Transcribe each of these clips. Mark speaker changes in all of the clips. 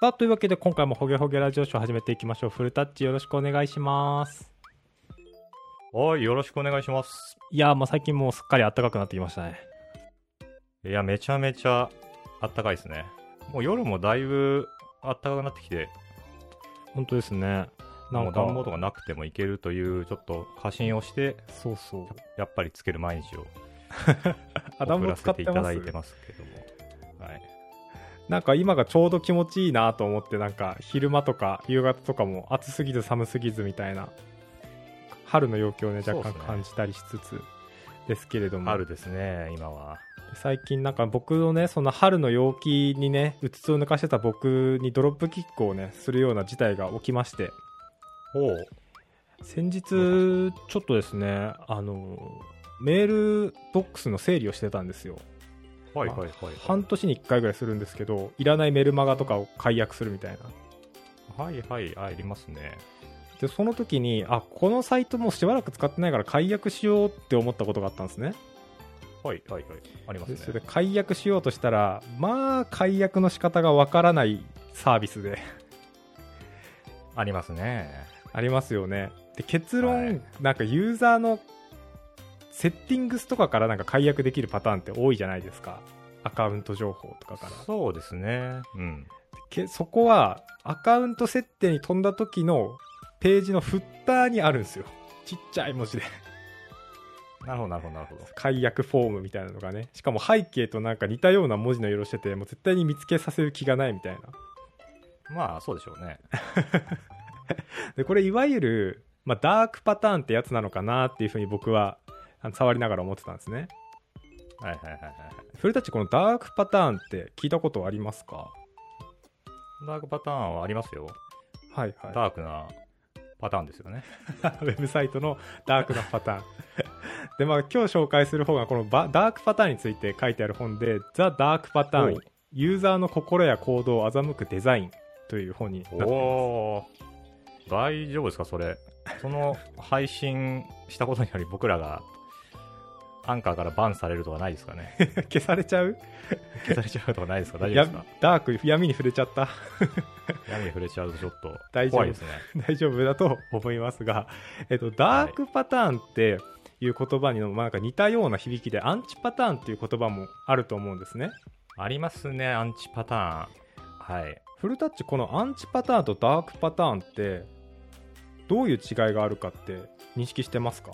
Speaker 1: さあ、というわけで今回もほげほげラジオショー始めていきましょう。フルタッチよろしくお願いします。
Speaker 2: はい、よろしくお願いします。
Speaker 1: いやー、まあ最近もうすっかり暖かくなってきましたね。
Speaker 2: いや、めちゃめちゃあったかいですね。もう夜もだいぶあったかくなってきて、
Speaker 1: 本当ですね。な
Speaker 2: も
Speaker 1: ん
Speaker 2: う
Speaker 1: か、
Speaker 2: 暖房とかなくてもいけるという、ちょっと過信をして、
Speaker 1: そうそう。
Speaker 2: やっぱりつける毎日を
Speaker 1: あ、暖
Speaker 2: 送
Speaker 1: 房
Speaker 2: ら
Speaker 1: 使
Speaker 2: せ
Speaker 1: ってて
Speaker 2: いた
Speaker 1: ま
Speaker 2: だ
Speaker 1: す
Speaker 2: いてますけども。はい、
Speaker 1: なんか今がちょうど気持ちいいなと思って、なんか昼間とか夕方とかも暑すぎず寒すぎずみたいな、春の陽気をね、若
Speaker 2: そう
Speaker 1: 干
Speaker 2: っすね
Speaker 1: 感じたりしつつですけれども。
Speaker 2: 春ですね、今は。
Speaker 1: 最近なんか僕のねその春の陽気にねうつつを抜かしてた僕にドロップキックをねするような事態が起きまして
Speaker 2: おう
Speaker 1: 先日ちょっとですねあのメールボックスの整理をしてたんですよ
Speaker 2: はいはいはい、はい。
Speaker 1: 半年に1回ぐらいするんですけどいらないメルマガとかを解約するみたいな
Speaker 2: はいはい、ありますね。
Speaker 1: でその時にあこのサイトもうしばらく使ってないから解約しようって思ったことがあったんですね
Speaker 2: はいはいはい、あります
Speaker 1: でそれ
Speaker 2: ね
Speaker 1: で。解約しようとしたらまあ解約の仕方がわからないサービスで
Speaker 2: ありますね。
Speaker 1: ありますよねで結論、
Speaker 2: はい
Speaker 1: なんかユーザーのセッティングスとかからなんか解約できるパターンって多いじゃないですかアカウント情報とかから
Speaker 2: そうですね。うん。
Speaker 1: けそこはアカウント設定に飛んだ時のページのフッターにあるんですよちっちゃい文字で
Speaker 2: なるほどなるほどなるほど。
Speaker 1: 解約フォームみたいなのがねしかも背景となんか似たような文字の色しててもう絶対に見つけさせる気がないみたいな
Speaker 2: まあ、そうでしょうね。
Speaker 1: でこれいわゆる、まあ、ダークパターンってやつなのかなっていうふうに僕はあの触りながら思ってたんですね
Speaker 2: はいはいはいはいはい。
Speaker 1: それたちこのダークパターンって聞いたことありますか
Speaker 2: ダークパターンはありますよ。
Speaker 1: はいは
Speaker 2: ダークなパターンですよね。
Speaker 1: い ウェブサイトのダークなパターン でまあ今日紹介する方がこのバダークパターンについて書いてある本で「ザ・ダークパターン
Speaker 2: おう
Speaker 1: ユーザーの心や行動を欺くデザイン」という本になっています
Speaker 2: おー大丈夫ですか、それ。その配信したことにより僕らがアンカーからバンされるとかないですかね。
Speaker 1: 消されちゃう
Speaker 2: 消されちゃうとかないですか大丈夫です
Speaker 1: やダーク闇に触れちゃった
Speaker 2: か闇に触れちゃうとちょっ
Speaker 1: 大丈夫
Speaker 2: と怖いですね。
Speaker 1: 大丈夫だと思いますが、えっと、ダークパターンっていう言葉にの、まあ、なんか似たような響きでアンチパターンっていう言葉もあると思うんですね
Speaker 2: ありますね、アンチパターン。はい。
Speaker 1: フルタッチこのアンチパターンとダークパターンってどういう違いがあるかって認識してますか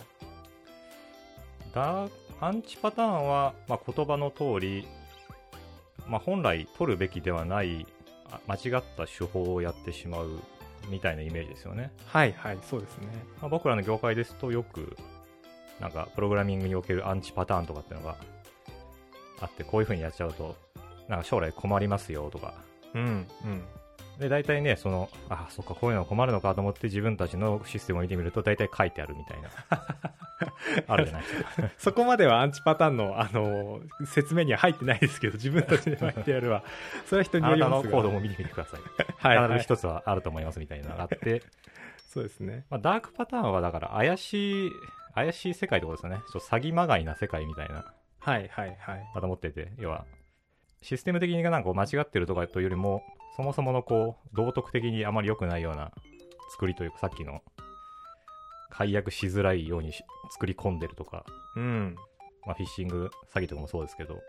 Speaker 2: ダーアンチパターンは、まあ、言葉の通り、まあ、本来取るべきではないあ間違った手法をやってしまうみたいなイメージですよね。
Speaker 1: はいはいそうですね
Speaker 2: まあ、僕らの業界ですとよくなんかプログラミングにおけるアンチパターンとかっていうのがあってこういう風にやっちゃうとなんか将来困りますよとか
Speaker 1: うんうん
Speaker 2: で大体ねそのあそっかこういうの困るのかと思って自分たちのシステムを見てみると大体書いてあるみ たいなあるじゃないですか
Speaker 1: そこまではアンチパターンの、あのー説明には入ってないですけど自分たちで書いてや るはそれは人
Speaker 2: あ
Speaker 1: によ
Speaker 2: な
Speaker 1: り
Speaker 2: た
Speaker 1: ま
Speaker 2: の
Speaker 1: す
Speaker 2: コ
Speaker 1: が
Speaker 2: ードも見てみてください
Speaker 1: はい、は
Speaker 2: 必ず
Speaker 1: い、
Speaker 2: 一つはあると思いますみたいなのがあって、
Speaker 1: そうですね
Speaker 2: まあ、ダークパターンはだから怪しい怪しい世界ってことですよねちょっと詐欺まがいな世界みたいな
Speaker 1: はいはいはい
Speaker 2: また持ってて、要は、システム的になんかこう間違ってるとかというよりも、そもそものこう、道徳的にあまり良くないような作りというか、さっきの、解約しづらいようにし作り込んでるとか、
Speaker 1: うん
Speaker 2: まあ、フィッシング詐欺とかもそうですけど、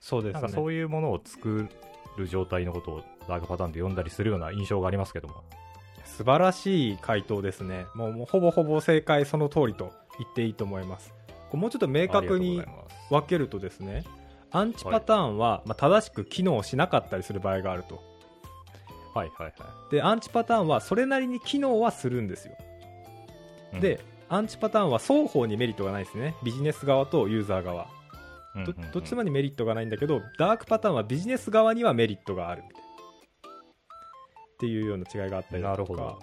Speaker 1: そうで
Speaker 2: なんかそういうものを作る状態のことをダークパターンで呼んだりするような印象がありますけども。
Speaker 1: 素晴らしい回答ですねもうもうほぼほぼ正解その通りと言っていいと思いますこうもうちょっと明確に
Speaker 2: ありがとうございます
Speaker 1: 分けるとですねアンチパターンは、まあ、正しく機能しなかったりする場合があると
Speaker 2: はいはい
Speaker 1: でアンチパターンはそれなりに機能はするんですよ、
Speaker 2: はい。
Speaker 1: でアンチパターンは双方にメリットがないですねビジネス側とユーザー側
Speaker 2: うん、
Speaker 1: ど
Speaker 2: うんうんうん
Speaker 1: どっちもにメリットがないんだけどダークパターンはビジネス側にはメリットがあるみたいなっていうような違いがあったりだ
Speaker 2: な
Speaker 1: と
Speaker 2: る
Speaker 1: か
Speaker 2: ほど。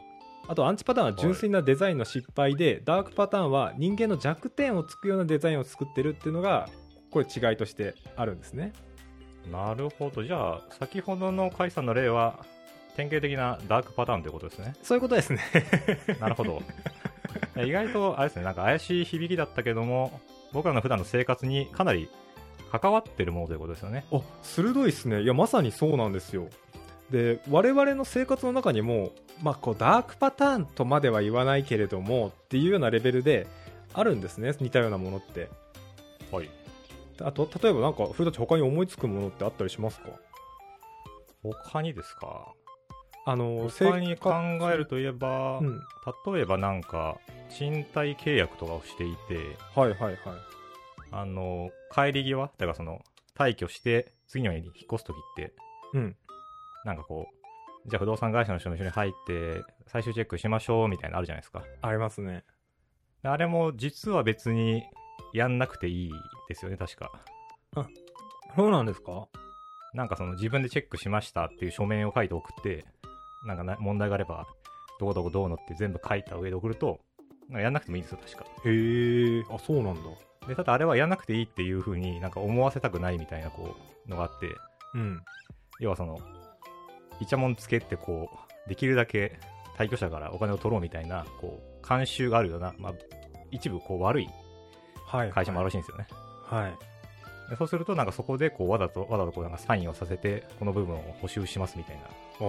Speaker 1: あとアンチパターンは純粋なデザインの失敗で、ダークパターンは人間の弱点をつくようなデザインを作ってるっていうのがこれ違いとしてあるんですね
Speaker 2: なるほど。じゃあ、先ほどの甲斐さんの例は、典型的なダークパターンということですね。
Speaker 1: そういうことですね
Speaker 2: なるほど。意外と、あれですね、なんか怪しい響きだったけども、僕らの普段の生活にかなり関わってるものということですよね。
Speaker 1: あ鋭いですねいやまさにそうなんですよで我々の生活の中にも、まあ、こうダークパターンとまでは言わないけれどもっていうようなレベルであるんですね似たようなものって
Speaker 2: はい。
Speaker 1: あと例えばなんか古舘他に思いつくものってあったりしますか
Speaker 2: 他にですか
Speaker 1: あの
Speaker 2: 他に考えるといえば、
Speaker 1: うん、
Speaker 2: 例えばなんか、賃貸契約とかをしていて、
Speaker 1: はいはいはい
Speaker 2: あの、帰り際、だからその、退去して、次の家に引っ越すときって、
Speaker 1: うん
Speaker 2: なんかこう、じゃあ不動産会社の人も一緒に入って、最終チェックしましょうみたいなのあるじゃないですか。
Speaker 1: ありますね
Speaker 2: であれも実は別にやんなくていいですよね、確か。
Speaker 1: そうなんですか
Speaker 2: なんかその自分でチェックしましたっていう書面を書いて送って、なんかな問題があれば、どこどこどうのって全部書いた上で送ると、なんかやんなくてもいいんですよ、確か。
Speaker 1: へえあそうなんだ
Speaker 2: で、ただあれはやんなくていいっていう風になんか思わせたくないみたいなこう、のがあって、
Speaker 1: うん
Speaker 2: 要はその、イチャモンつけってこう、できるだけ退去者からお金を取ろうみたいな、こう、慣習があるような、まあ、一部こう悪い
Speaker 1: はい
Speaker 2: 会社もあるらしいんですよね。
Speaker 1: はい
Speaker 2: でそうすると、なんかそこでこう、わざと、わざとこうなんかサインをさせて、この部分を補修しますみたいな
Speaker 1: ああ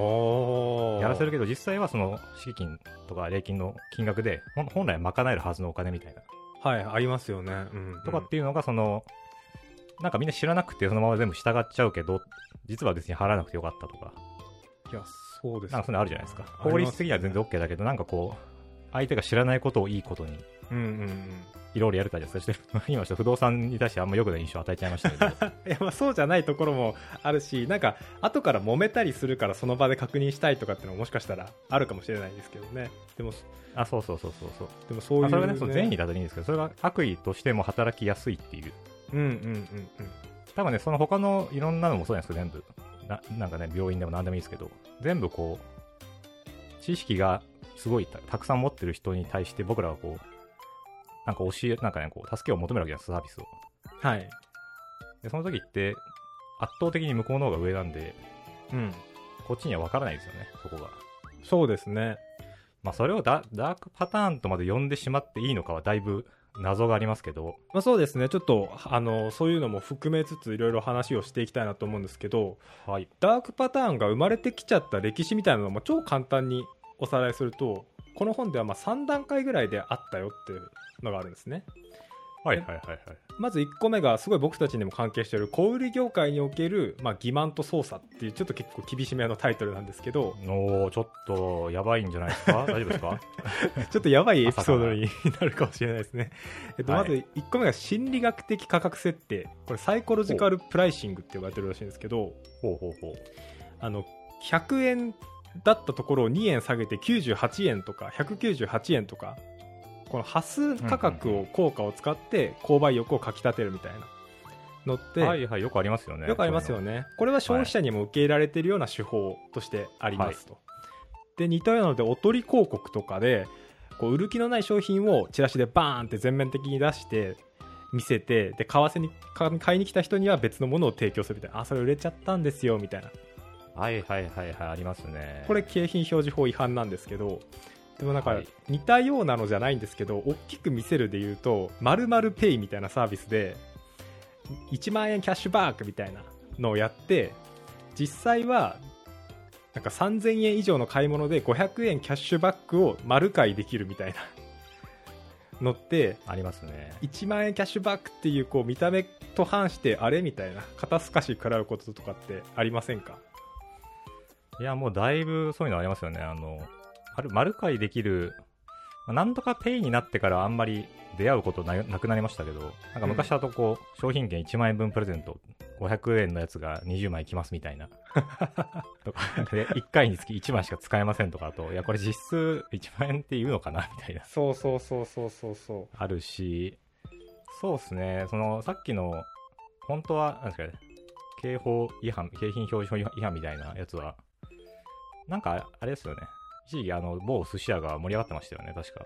Speaker 2: やらせるけど、実際はその、敷金とか礼金の金額で、ほん本来賄えるはずのお金みたいな、
Speaker 1: はいありますよねうん、うん
Speaker 2: とかっていうのが、その、なんかみんな知らなくて、そのまま全部従っちゃうけど、実は別に払わなくてよかったとか、
Speaker 1: いやそうです
Speaker 2: なんかそういうのあるじゃないです
Speaker 1: あ
Speaker 2: か。
Speaker 1: りますね
Speaker 2: 法律的には全然 OK だけど、なんかこう、相手が知らないことをいいことに、
Speaker 1: うんうんうん
Speaker 2: いろいろやるたりとか して、今の人不動産に対してあんま良くない印象を与えちゃいましたけど、
Speaker 1: いやまあそうじゃないところもあるしなんか後から揉めたりするからその場で確認したいとかっていうのももしかしたらあるかもしれないですけどねでも
Speaker 2: あ、そうそうそうそうそう。
Speaker 1: でもそういう、
Speaker 2: まあ
Speaker 1: ね、
Speaker 2: それがね、その善意だといいんですけど、それが悪意としても働きやすいっていう。
Speaker 1: うんうんうんうん
Speaker 2: 多分ね、その他のいろんなのもそうなんですけど、全部。ななんかね、病院でも何でもいいですけど、全部こう、知識がすごいたたくさん持ってる人に対して僕らはこう、なんか教え、なんかね、こう、助けを求めるわけじゃないですか、サービスを。
Speaker 1: はい
Speaker 2: で、その時って、圧倒的に向こうの方が上なんで、
Speaker 1: うん
Speaker 2: こっちには分からないですよね、そこが。
Speaker 1: そうですね
Speaker 2: まあ、それをダダークパターンとまで呼んでしまっていいのかはだいぶ謎がありますけど、
Speaker 1: まあ、そうですねちょっとあのそういうのも含めつついろいろ話をしていきたいなと思うんですけど
Speaker 2: はい。
Speaker 1: ダークパターンが生まれてきちゃった歴史みたいなのも超簡単におさらいするとこの本ではまあ3段階ぐらいであったよっていうのがあるんですね
Speaker 2: はいはいはいはい。
Speaker 1: まず1個目がすごい僕たちにも関係している小売業界における、まあ、欺瞞と操作っていうちょっと結構厳しめのタイトルなんですけ ど
Speaker 2: おー、ちょっと、やばいんじゃないですか大丈夫です か
Speaker 1: ちょっとやばいエピソードに なるかもしれないですね、えっと、
Speaker 2: は
Speaker 1: ま
Speaker 2: い
Speaker 1: ず1個目が心理学的価格設定これサイコロジカルプライシングって呼ばれてるらしいんですけど
Speaker 2: ほうほうほう。
Speaker 1: あの100円だったところを2円下げて98円とか198円とかこの端数価格を効果を使って購買欲をかきたてるみたいなのって、
Speaker 2: はいはい、よくありますよね。
Speaker 1: よくありますよ
Speaker 2: ね。
Speaker 1: ね。これは消費者にも受け入れられているような手法としてありますと。で、似たようなので、おとり広告とかで、こう売る気のない商品をチラシでバーンって全面的に出して、見せて、で、為替に、か買いに来た人には別のものを提供するみたいな、あ、それ売れちゃったんですよ、みたいな。
Speaker 2: はいはいはいはい、ありますね。
Speaker 1: これ、景品表示法違反なんですけど、でもなん
Speaker 2: は
Speaker 1: か
Speaker 2: い
Speaker 1: 似たようなのじゃないんですけど、大きく見せるで言うと、〇〇ペイみたいなサービスで、1万円キャッシュバックみたいなのをやって、実際は、なんか3000円以上の買い物で500円キャッシュバックを丸買いできるみたいなのって、
Speaker 2: ありますね。
Speaker 1: 1万円キャッシュバックっていうこう見た目と反して、あれみたいな、肩透かし食らうこととかってありませんか
Speaker 2: いや、もうだいぶそういうのありますよね。あの、ある、丸買いできる、まあなんとかペイになってからあんまり出会うことななくなりましたけど、なんか昔だとこう、商品券1万円分プレゼント、500円のやつが20枚いきますみ たいな。とか、なんかね1回につき1枚しか使えませんとか、あと、いや、これ実質1万円って言うのかなみたいな。
Speaker 1: そうそうそうそうそうそう。
Speaker 2: あるし、そうですね、そのさっきの、本当は、なんですかね、刑法違反、景品表示法違反みたいなやつは、なんかあれですよね、一時期、あの、某寿司屋が盛り上がってましたよね、確か。、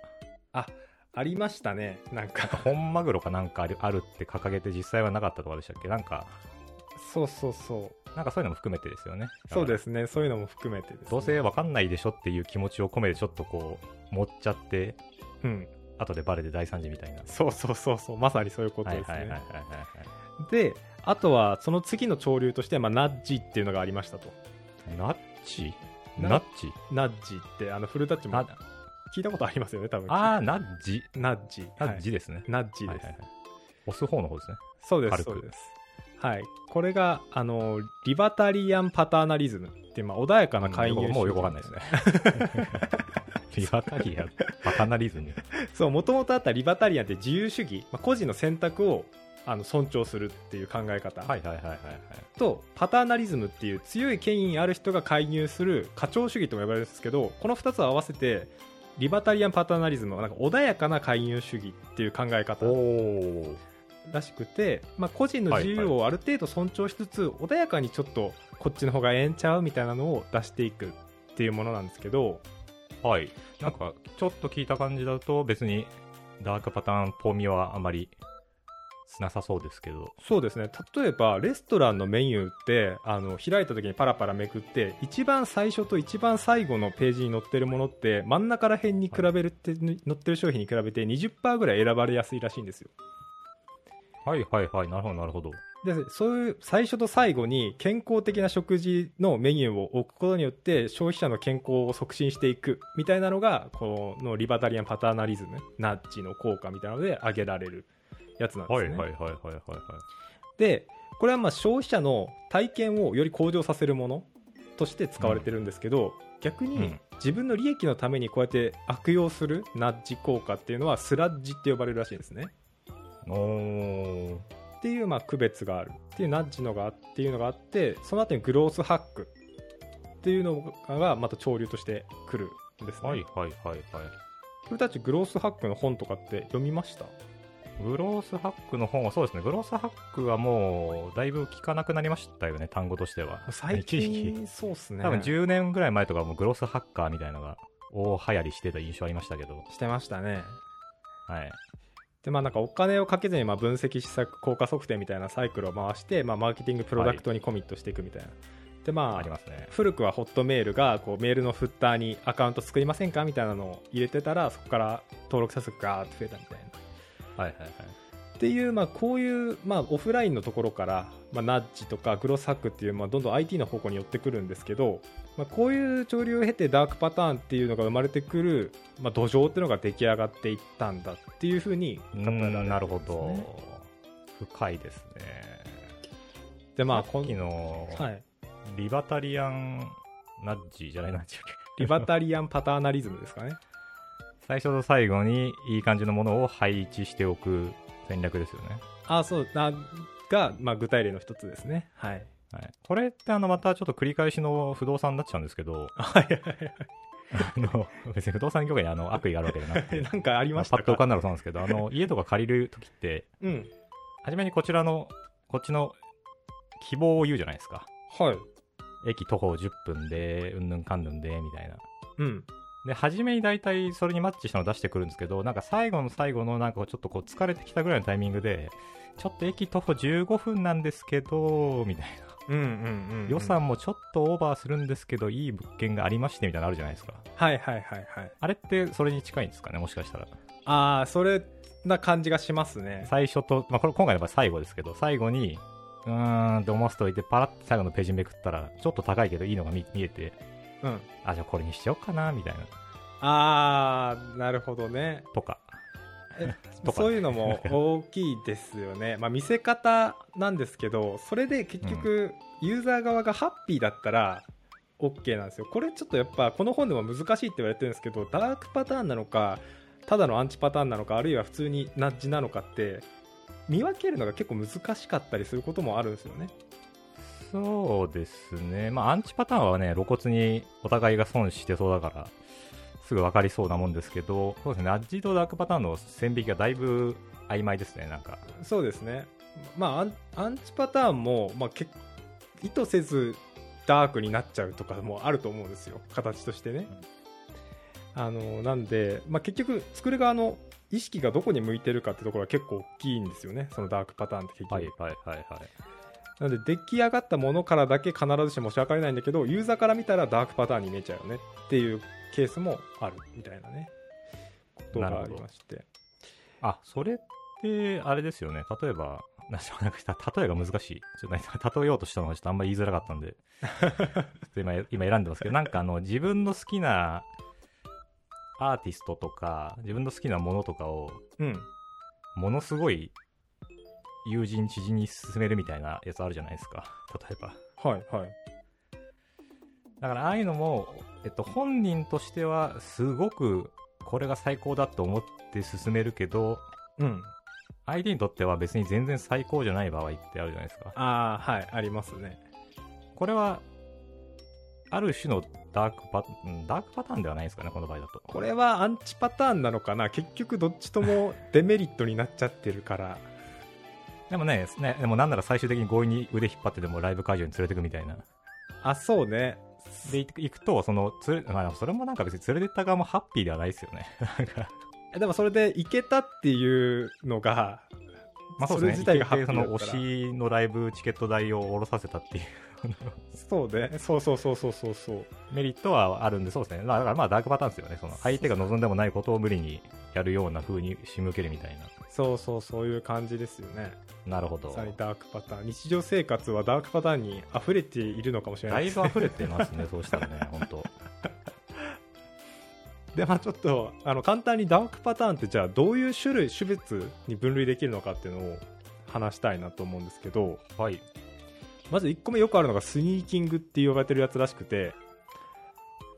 Speaker 1: ありましたね、なんか
Speaker 2: 本マグロかなんかあるあるって掲げて、実際はなかったとかでしたっけなんか、
Speaker 1: そうそうそう、
Speaker 2: なんかそういうのも含めてですよね。。
Speaker 1: そうですすね、そういうのも含めてです、ね、
Speaker 2: どうせわかんないでしょっていう気持ちを込めて、ちょっとこう、持っちゃって、
Speaker 1: うん、
Speaker 2: 後でバレて大惨事みたいな。
Speaker 1: そうそうそうそう、まさにそういうことですね。
Speaker 2: はいはいはいはいはいはい。
Speaker 1: で、あとはその次の潮流として、まあ、ナッジっていうのがありましたと。
Speaker 2: ナッチ
Speaker 1: な
Speaker 2: ナッチ
Speaker 1: ナッジって、あの、フルタッチも
Speaker 2: な
Speaker 1: 聞いたことありますよね、多分。
Speaker 2: あー、ナッジ。
Speaker 1: ナッジ。
Speaker 2: ナ
Speaker 1: は
Speaker 2: ッ
Speaker 1: い
Speaker 2: ジですね。
Speaker 1: ナッジ
Speaker 2: はい
Speaker 1: です
Speaker 2: はい。はい。押す方の方ですね。
Speaker 1: そうです、
Speaker 2: 軽く
Speaker 1: そうです。はい。これが、あの、リバタリアンパターナリズムっていう、まあ、穏やかな介入
Speaker 2: うんよくもうよくわかんないですね。 リバタリアン、バカナリズム。
Speaker 1: そう、もともとあったリバタリアンって自由主義、まあ、個人の選択をあの尊重するっていう考え方、
Speaker 2: はいはいはいはいはい。
Speaker 1: と、パターナリズムっていう強い権威ある人が介入する過長主義とも呼ばれるんですけど、この2つを合わせて、リバタリアンパターナリズムはなんか穏やかな介入主義っていう考え方
Speaker 2: お
Speaker 1: らしくて、まあ、個人の自由をある程度尊重しつつ、穏やかにちょっとこっちの方がええんちゃうみたいなのを出していくっていうものなんですけど、
Speaker 2: お。はい。なんか、ちょっと聞いた感じだと、別に、ダークパターンっぽみはあまり、なさそうですけど。
Speaker 1: そうですね例えばレストランのメニューってあの開いた時にパラパラめくって一番最初と一番最後のページに載ってるものって真ん中ら辺に比べるって、載ってる商品に比べて20%ぐらい選ばれやすいらしいんですよ
Speaker 2: はいはいはい。なるほどなるほど。
Speaker 1: でそういう最初と最後に健康的な食事のメニューを置くことによって消費者の健康を促進していくみたいなのがこのリバタリアンパターナリズムナッジの効果みたいなので挙げられるやつなんです
Speaker 2: はい
Speaker 1: ね、
Speaker 2: はいはいはいはいはい。
Speaker 1: でこれはまあ消費者の体験をより向上させるものとして使われてるんですけど、逆
Speaker 2: う
Speaker 1: に
Speaker 2: ん
Speaker 1: 自分の利益のためにこうやって悪用するナッジ効果っていうのはスラッジって呼ばれるらしいんですね。
Speaker 2: おー。
Speaker 1: っていうまあ区別があるっていうナッジのがっていうのがあってその後にグロースハックっていうのがまた潮流としてくるんですね。
Speaker 2: はいはいはいはい。
Speaker 1: 君たちグロースハックの本とかって読みました
Speaker 2: グロースハックの本はそうですね。グロースハックはもう、だいぶ聞かなくなりましたよね、単語としては。
Speaker 1: 最
Speaker 2: 一時期
Speaker 1: 近そうっすね
Speaker 2: 多分10年ぐらい前とかもうグロスハッカーみたいなのが大流行りしてた印象ありましたけど、
Speaker 1: してましたね。
Speaker 2: はい。
Speaker 1: でまあ、なんかお金をかけずにまあ分析施策効果測定みたいなサイクルを回して、まあ、マーケティングプロダクトにコミットしていくみたいな、でまあ
Speaker 2: ありますね。
Speaker 1: 古くはホットメールがこうメールのフッターにアカウント作りませんかみたいなのを入れてたらそこから登録者数がガーッと増えたみたいな
Speaker 2: はいはいはい。
Speaker 1: っていう、まあ、こういう、まあ、オフラインのところから、まあ、ナッジとかグロスハックっていう、まあ、どんどん IT の方向に寄ってくるんですけど、まあ、こういう潮流を経てダークパターンっていうのが生まれてくる、まあ、土壌っていうのが出来上がっていったんだっていうふうに
Speaker 2: う
Speaker 1: 考えられて
Speaker 2: ん
Speaker 1: ますね
Speaker 2: なるほど。深いですね。
Speaker 1: でまあ
Speaker 2: さ
Speaker 1: こ
Speaker 2: っ
Speaker 1: ん
Speaker 2: きの、
Speaker 1: はい、
Speaker 2: リバタリアンナッジじゃないな、
Speaker 1: リバタリアンパターナリズムですかね。
Speaker 2: 最初と最後にいい感じのものを配置しておく戦略ですよね。
Speaker 1: あそうあが、まあ、具体例の一つですね。はい、、
Speaker 2: はい、これってあのまたちょっと繰り返しの不動産になっちゃうんですけど
Speaker 1: はいはい
Speaker 2: あの別に不動産業界にあの悪意があるわけじゃなく
Speaker 1: はい
Speaker 2: て、
Speaker 1: なんかありまし
Speaker 2: パ
Speaker 1: た
Speaker 2: ッと浮
Speaker 1: か
Speaker 2: かんだらそうなんですけど、あの家とか借りるときって、
Speaker 1: うん。
Speaker 2: はじめにこちらの、こっちの希望を言うじゃないですか。
Speaker 1: はい。
Speaker 2: 駅徒歩10分で、うんぬんかんぬんで、みたいな。
Speaker 1: うん。
Speaker 2: で、初めに大体それにマッチしたの出してくるんですけど、なんか最後の最後のなんかちょっとこう疲れてきたぐらいのタイミングで、ちょっと駅徒歩15分なんですけど、みたいな。
Speaker 1: うんうんうん、うん。
Speaker 2: 予算もちょっとオーバーするんですけど、いい物件がありまして、みたいなのあるじゃないですか。
Speaker 1: はいはいはいはい。
Speaker 2: あれってそれに近いんですかね、もしかしたら。
Speaker 1: ああ、それな感じがしますね。
Speaker 2: 最初と、まあ、これ今回の場合最後ですけど、最後に、うーんって思わせておいて、パラッと最後のページめくったら、ちょっと高いけどいいのが見見えて、
Speaker 1: うん。
Speaker 2: あ、じゃあこれにしちゃおうかな、みたいな。
Speaker 1: ああ、なるほどね。
Speaker 2: とか。 とか
Speaker 1: そういうのも大きいですよね。まあ見せ方なんですけど、それで結局、ユーザー側がハッピーだったら、OK なんですよ。これちょっとやっぱ、この本でも難しいって言われてるんですけど、ダークパターンなのか、ただのアンチパターンなのか、あるいは普通にナッジなのかって、見分けるのが結構難しかったりすることもあるんですよね。
Speaker 2: そうですね。まあ、アンチパターンはね、露骨にお互いが損してそうだから、すぐ分かりそうなもんですけど、そうですね、アッジとダークパターンの線引きがだいぶ曖昧ですね、なんか。
Speaker 1: そうですね。まあアン、アンチパターンも、まあ、け意図せずダークになっちゃうとかもあると思うんですよ、形としてね。あのなんで、まあ、結局、作る側の意識がどこに向いてるかってところは結構大きいんですよね、そのダークパターンって結局。
Speaker 2: はいはいはいはい。
Speaker 1: なので、出来上がったものからだけ必ずしも仕分かれないんだけど、ユーザーから見たらダークパターンに見えちゃうよねっていうケースもあるみたいなね、ことがありまして。
Speaker 2: あ、それって、あれですよね。例えば、ななんか例えが難しい。ちょっと例えようとしたのがちょっとあんまり言いづらかったんで、ちょっと今今選んでますけど、なんかあの自分の好きなアーティストとか、自分の好きなものとかを、
Speaker 1: うん。
Speaker 2: ものすごい友人、知人に勧めるみたいなやつあるじゃないですか、例えば。
Speaker 1: はいはい。
Speaker 2: だからああいうのも、えっと、本人としてはすごくこれが最高だと思って進めるけど
Speaker 1: うん。
Speaker 2: 相手にとっては別に全然最高じゃない場合ってあるじゃないですか
Speaker 1: ああ、はい、ありますね。
Speaker 2: これはある種のダークパうんダークパターンではないですかねこの場合だと
Speaker 1: これはアンチパターンなのかな結局どっちともデメリットになっちゃってるから。
Speaker 2: でもねねでもなんなら最終的に強引に腕引っ張ってでもライブ会場に連れてくみたいな
Speaker 1: あ、そうね。
Speaker 2: で行く行くとそのつれ、まあ、それもなんか別に連れてった側もハッピーではないです よねなんか
Speaker 1: でもそれでいけたっていうのが、
Speaker 2: まあそう
Speaker 1: それ
Speaker 2: です
Speaker 1: 自
Speaker 2: ね
Speaker 1: 体がハッピーだ
Speaker 2: そ
Speaker 1: った
Speaker 2: の
Speaker 1: ら
Speaker 2: 推しのライブチケット代を下ろさせたっていう
Speaker 1: そうね。そうそうそうそうそうそう。
Speaker 2: メリットはあるんで、そうですね。まあだからまあダークパターンですよね。その相手が望んでもないことを無理にやるような風に仕向けるみたい
Speaker 1: そうそう、そういう感じですよね。
Speaker 2: な。なるほど。
Speaker 1: さにダークパターン。日常生活はダークパターンに溢れているのかもしれな
Speaker 2: だ
Speaker 1: い
Speaker 2: い
Speaker 1: です
Speaker 2: ぶ溢れてますね、そうした らね、本当
Speaker 1: でまあちょっとあの簡単にダークパターンってじゃあどういう種類種別に分類できるのかっていうのを話したいなと思うんですけど
Speaker 2: はい。
Speaker 1: まず1個目よくあるのがスニーキングって呼ばれてるやつらしくて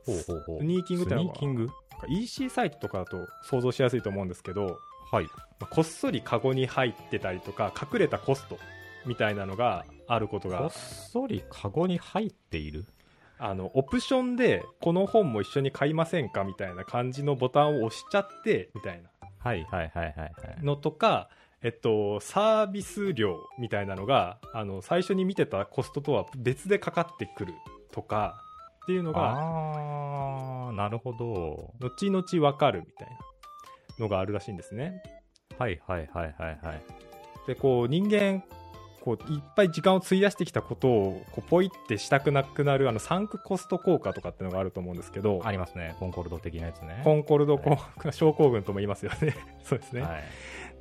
Speaker 2: ほうほうほう。
Speaker 1: スニーキングって
Speaker 2: ス
Speaker 1: の
Speaker 2: ニ
Speaker 1: は
Speaker 2: ーキング
Speaker 1: なんか EC サイトとかだと想像しやすいと思うんですけど、
Speaker 2: はい。
Speaker 1: まあこっそりカゴに入ってたりとか隠れたコストみたいなのがあること
Speaker 2: こっ
Speaker 1: が
Speaker 2: そりカゴに入っている
Speaker 1: あのオプションでこの本も一緒に買いませんかみたいな感じのボタンを押しちゃってみたいな
Speaker 2: はいはいはいはいはい。
Speaker 1: のとか、えっと、サービス料みたいなのがあの最初に見てたコストとは別でかかってくるとかっていうのが
Speaker 2: あー、なるほど。
Speaker 1: 後々わかるみたいなのがあるらしいんですね。
Speaker 2: はいはいはいはいはい。
Speaker 1: でこう人間こういっぱい時間を費やしてきたことをこうポイってしたくなくなるあのサンクコスト効果とかってのがあると思うんですけど、
Speaker 2: ありますね。コンコルド的なやつね。
Speaker 1: コンコルド
Speaker 2: は
Speaker 1: 効果症候群とも言いますよね。 そうですね、
Speaker 2: はい。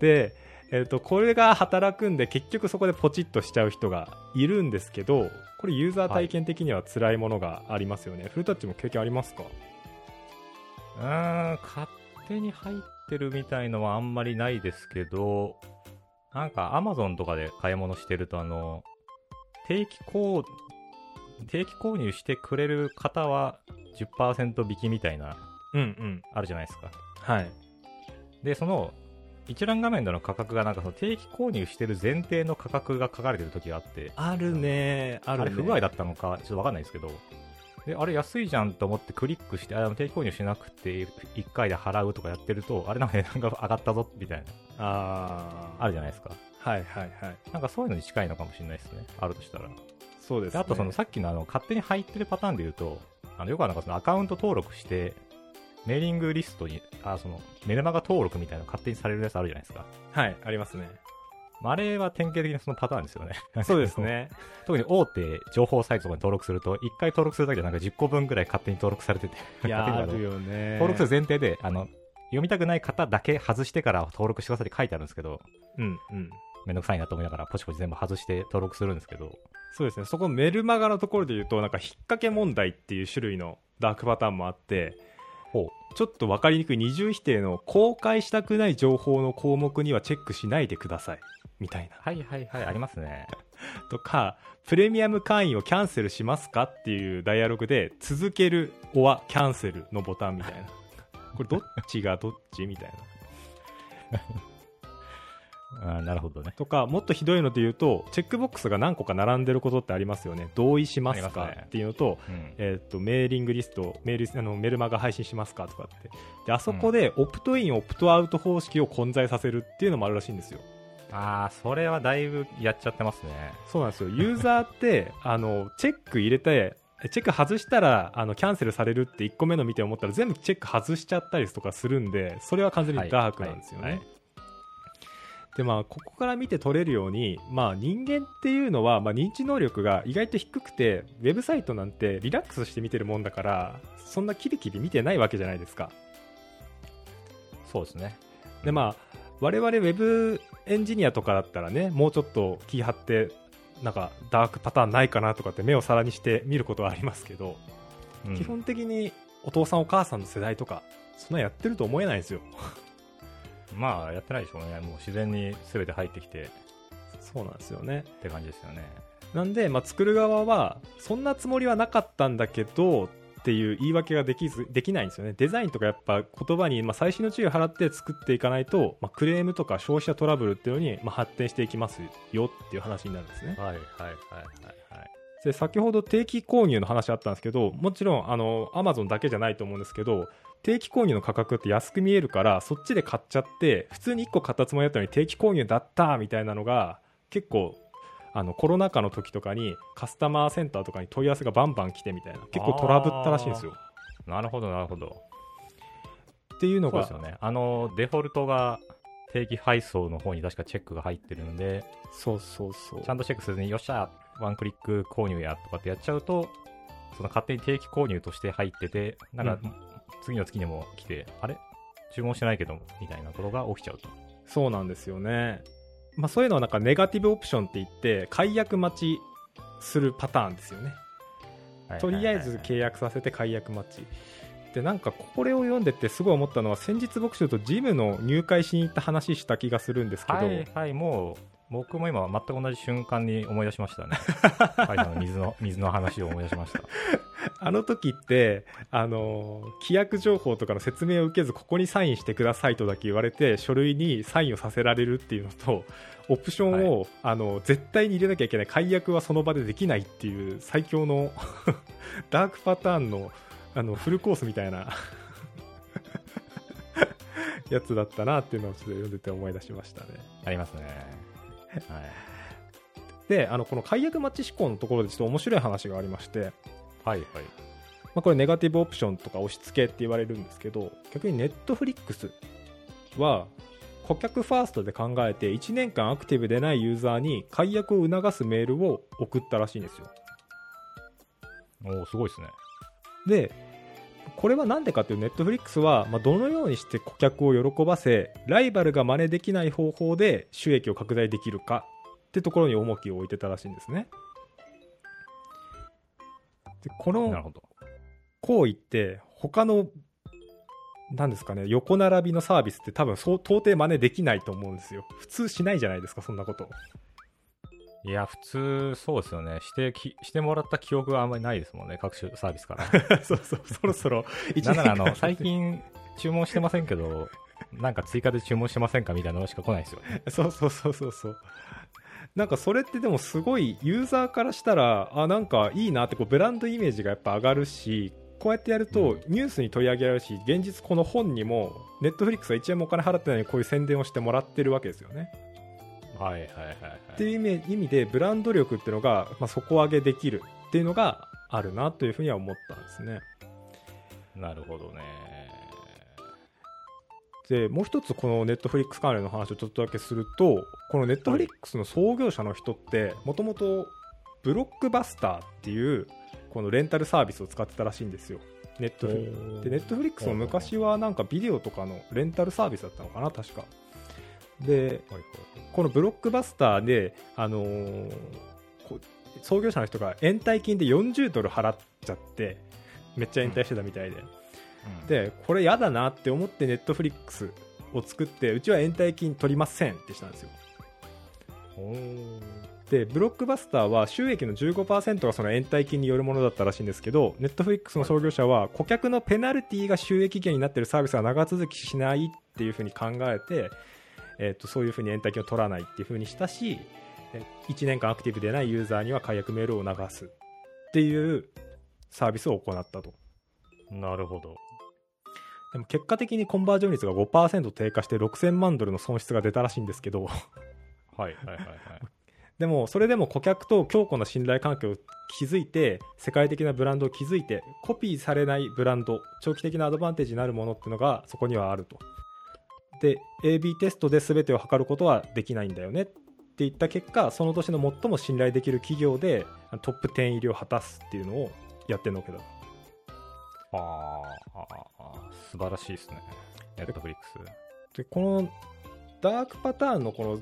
Speaker 1: で、えー、とこれが働くんで結局そこでポチッとしちゃう人がいるんですけどこれユーザー体験的には辛いものがありますよね、フルタッチも経験ありますか
Speaker 2: うーん、勝手に入ってるみたいのはあんまりないですけど、なんか Amazon とかで買い物してると、あの、定期購、定期購入してくれる方は10%引きみたいな、
Speaker 1: うんうん
Speaker 2: あるじゃないですか。
Speaker 1: はい
Speaker 2: で、その、一覧画面での価格がなんかその定期購入してる前提の価格が書かれてる時があって、
Speaker 1: あるねあ
Speaker 2: あ
Speaker 1: るね
Speaker 2: れ不具合だったのか、ちょっとわかんないですけど、で、あれ安いじゃんと思ってクリックして、あ、でも定期購入しなくて、1回で払うとかやってると、あれなんか値段が上がったぞ、みたいな、
Speaker 1: あー
Speaker 2: あるじゃないですか。
Speaker 1: はいはいはい
Speaker 2: なんかそういうのに近いのかもしれないですね。あるとしたら。
Speaker 1: そうです、
Speaker 2: で
Speaker 1: ね、
Speaker 2: あとそのさっきのあの、勝手に入ってるパターンで言うと、あの、よくあるのがそのアカウント登録して、メーリングリストに、あ、その、メルマガ登録みたいなの勝手にされるやつあるじゃないですか。
Speaker 1: はいありますね
Speaker 2: まああれは典型的なそのパターンですよね。
Speaker 1: そうですね
Speaker 2: 特に大手情報サイトとかに登録すると、1回登録するだけでなんか10個分ぐらい勝手に登録されてて。
Speaker 1: いやーあ
Speaker 2: 勝手に
Speaker 1: る
Speaker 2: だろう
Speaker 1: よね
Speaker 2: 登録する前提で、あの、読みたくない方だけ外してから登録してくださいって書いてあるんですけど、
Speaker 1: うんうん
Speaker 2: めんどくさいなと思いながらポチポチ全部外して登録するんですけど、
Speaker 1: そうですねそこメルマガのところで言うとなんか引っ掛け問題っていう種類のダークパターンもあって
Speaker 2: ほう。
Speaker 1: ちょっと分かりにくい二重否定の公開したくない情報の項目にはチェックしないでくださいみたいな
Speaker 2: はいはいはい、ありますね。
Speaker 1: とかプレミアム会員をキャンセルしますかっていうダイアログで続ける or キャンセルのボタンみたいなこれどっちがどっちみたいな
Speaker 2: うん、なるほどね。
Speaker 1: とかもっとひどいので言うとチェックボックスが何個か並んでることってありますよね同意します
Speaker 2: あり
Speaker 1: か
Speaker 2: ますね
Speaker 1: っていうのと
Speaker 2: うん。
Speaker 1: えー、とメーリングリストメールあのメルマガ配信しますかとかってであそこでオプトイン、オプトアウト方式を混在させるっていうのもあるらしいんですよ
Speaker 2: ああ、それはだいぶやっちゃってますね。
Speaker 1: そうなんですよユーザーって あのチェック入れてチェック外したらあのキャンセルされるって1個目の見て思ったら全部チェック外しちゃったりとかするんでそれは完全にダークなんですよね、
Speaker 2: はいはい
Speaker 1: でまあここから見て取れるように、まあ、人間っていうのは、まあ、認知能力が意外と低くてウェブサイトなんてリラックスして見てるもんだからそんなキビキビ見てないわけじゃないですか
Speaker 2: そうですね。
Speaker 1: でまあ我々ウェブエンジニアとかだったらねもうちょっと気張ってなんかダークパターンないかなとかって目を皿にして見ることはありますけど、
Speaker 2: うん
Speaker 1: 基本的にお父さんお母さんの世代とかそんなやってると思えないんですよ
Speaker 2: まあやってないでしょうねもう自然に全て入ってきて
Speaker 1: そうなんですよね
Speaker 2: って感じですよね
Speaker 1: なんで、まあ、作る側はそんなつもりはなかったんだけどっていう言い訳ができずできないんですよねデザインとかやっぱ言葉に、まあ、最新の注意を払って作っていかないと、まあ、クレームとか消費者トラブルっていうのに、まあ、発展していきますよっていう話になるんですね
Speaker 2: はいはいはいはいはい
Speaker 1: で先ほど定期購入の話あったんですけどもちろんあの Amazon だけじゃないと思うんですけど定期購入の価格って安く見えるからそっちで買っちゃって普通に1個買ったつもりだったのに定期購入だったみたいなのが結構あのコロナ禍の時とかにカスタマーセンターとかに問い合わせがバンバン来てみたいな結構トラブったらしいんですよ
Speaker 2: なるほどなるほど
Speaker 1: っていうの
Speaker 2: そうで
Speaker 1: が
Speaker 2: すよねあのデフォルトが定期配送の方に確かチェックが入ってるので
Speaker 1: そうそうそう
Speaker 2: ちゃんとチェックせずによっしゃワンクリック購入やとかってやっちゃうとその勝手に定期購入として入っててなんか
Speaker 1: うん
Speaker 2: 次の月にも来て、あれ注文してないけどみたいなことが起きちゃうと
Speaker 1: そうなんですよね、まあ、そういうのはなんかネガティブオプションって言って解約待ちするパターンですよねとりあえず契約
Speaker 2: 約
Speaker 1: させて解約待ちでなんかこれを読んでてすごい思ったのは先日僕ちょっとジムの入会しに行った話した気がするんですけど、
Speaker 2: はいはいもう僕も今全く同じ瞬間に思い出し ましたねはいあの水の水の話を思い出しました
Speaker 1: あの時ってあのー規約情報とかの説明を受けずここにサインしてくださいとだけ言われて書類にサインをさせられるっていうのとオプションを、あの絶対に入れなきゃいけない解約はその場でできないっていう最強の ダークパターンのあのフルコースみたいな やつだったなっていうのをちょっと読んでて思い出しましたね。
Speaker 2: ありますねはい
Speaker 1: であのこの解約待ち思考のところでちょっと面白い話がありまして、
Speaker 2: はいはい
Speaker 1: まあ、これネガティブオプションとか押し付けって言われるんですけど逆にネットフリックスは顧客ファーストで考えて1年間アクティブでないユーザーに解約を促すメールを送ったらしいんですよ
Speaker 2: おおすごいですね
Speaker 1: でこれは何でかっていうとネットフリックスは、まあ、どのようにして顧客を喜ばせライバルが真似できない方法で収益を拡大できるかってところに重きを置いてたらしいんですねでこの
Speaker 2: なるほど
Speaker 1: 行為って他のなんですかね横並びのサービスって多分そう到底真似できないと思うんですよ普通しないじゃないですかそんなこと
Speaker 2: いや、普通、そうですよね。してき、してもらった記憶があんまりないですもんね、各種サービス から。
Speaker 1: そうそうそろそろ一
Speaker 2: だ
Speaker 1: 年
Speaker 2: か
Speaker 1: 間
Speaker 2: ら、あの、 最近、注文してませんけど、なんか追加で注文してませんかみたいなのしか来ないですよね。
Speaker 1: そうそうそうそうそうなんかそれってでもすごいユーザーからしたらあなんかいいなってこうブランドイメージがやっぱ上がるしこうやってやる
Speaker 2: う
Speaker 1: と
Speaker 2: ん
Speaker 1: ニュースに取り上げられるし現実この本にもネットフリックスは1円もお金払ってないのにこういう宣伝をしてもらってるわけですよね
Speaker 2: はいはいはい、は
Speaker 1: って
Speaker 2: い。
Speaker 1: いう意味意味でブランド力っていうのが、まあ、底上げできるっていうのがあるなというふうには思ったんですね。
Speaker 2: なるほどね。
Speaker 1: でもう一つこのネットフリックス関連の話をちょっとだけするとこのネットフリックスの創業者の人ってもともとブロックバスターっていうこのレンタルサービスを使ってたらしいんですよ。ネットフリでネットフリックスも昔はなんかビデオとかのレンタルサービスだったのかな確か。で
Speaker 2: はいはい
Speaker 1: このブロックバスターで、あのーこ創業者の人が延滞金で40ドル払っちゃってめっちゃ延滞してたみたいで、
Speaker 2: うん、
Speaker 1: でこれやだなって思ってネットフリックスを作ってうちは延滞金取りませんってしたんですよ
Speaker 2: おー
Speaker 1: でブロックバスターは収益の15%がその延滞金によるものだったらしいんですけどネットフリックスの創業者は顧客のペナルティが収益源になっているサービスが長続きしないっていうふうに考えて、えっとそういうふうに延滞金を取らないっていうふうにしたし1年間アクティブでないユーザーには解約メールを流すっていうサービスを行ったと
Speaker 2: なるほど。
Speaker 1: でも結果的にコンバージョン率が5%低下して6000万ドルの損失が出たらしいんですけど
Speaker 2: はいはいはいはい。
Speaker 1: でもそれでも顧客と強固な信頼関係を築いて世界的なブランドを築いてコピーされないブランド長期的なアドバンテージになるものっていうのがそこにはあるとで AB テストで全てを測ることはできないんだよねっていった結果その年の最も信頼できる企業でトップ10入りを果たすっていうのをやってんのけど
Speaker 2: あーあー、あー素晴らしいですね。ネットフリックス。
Speaker 1: でこのダークパターンのこの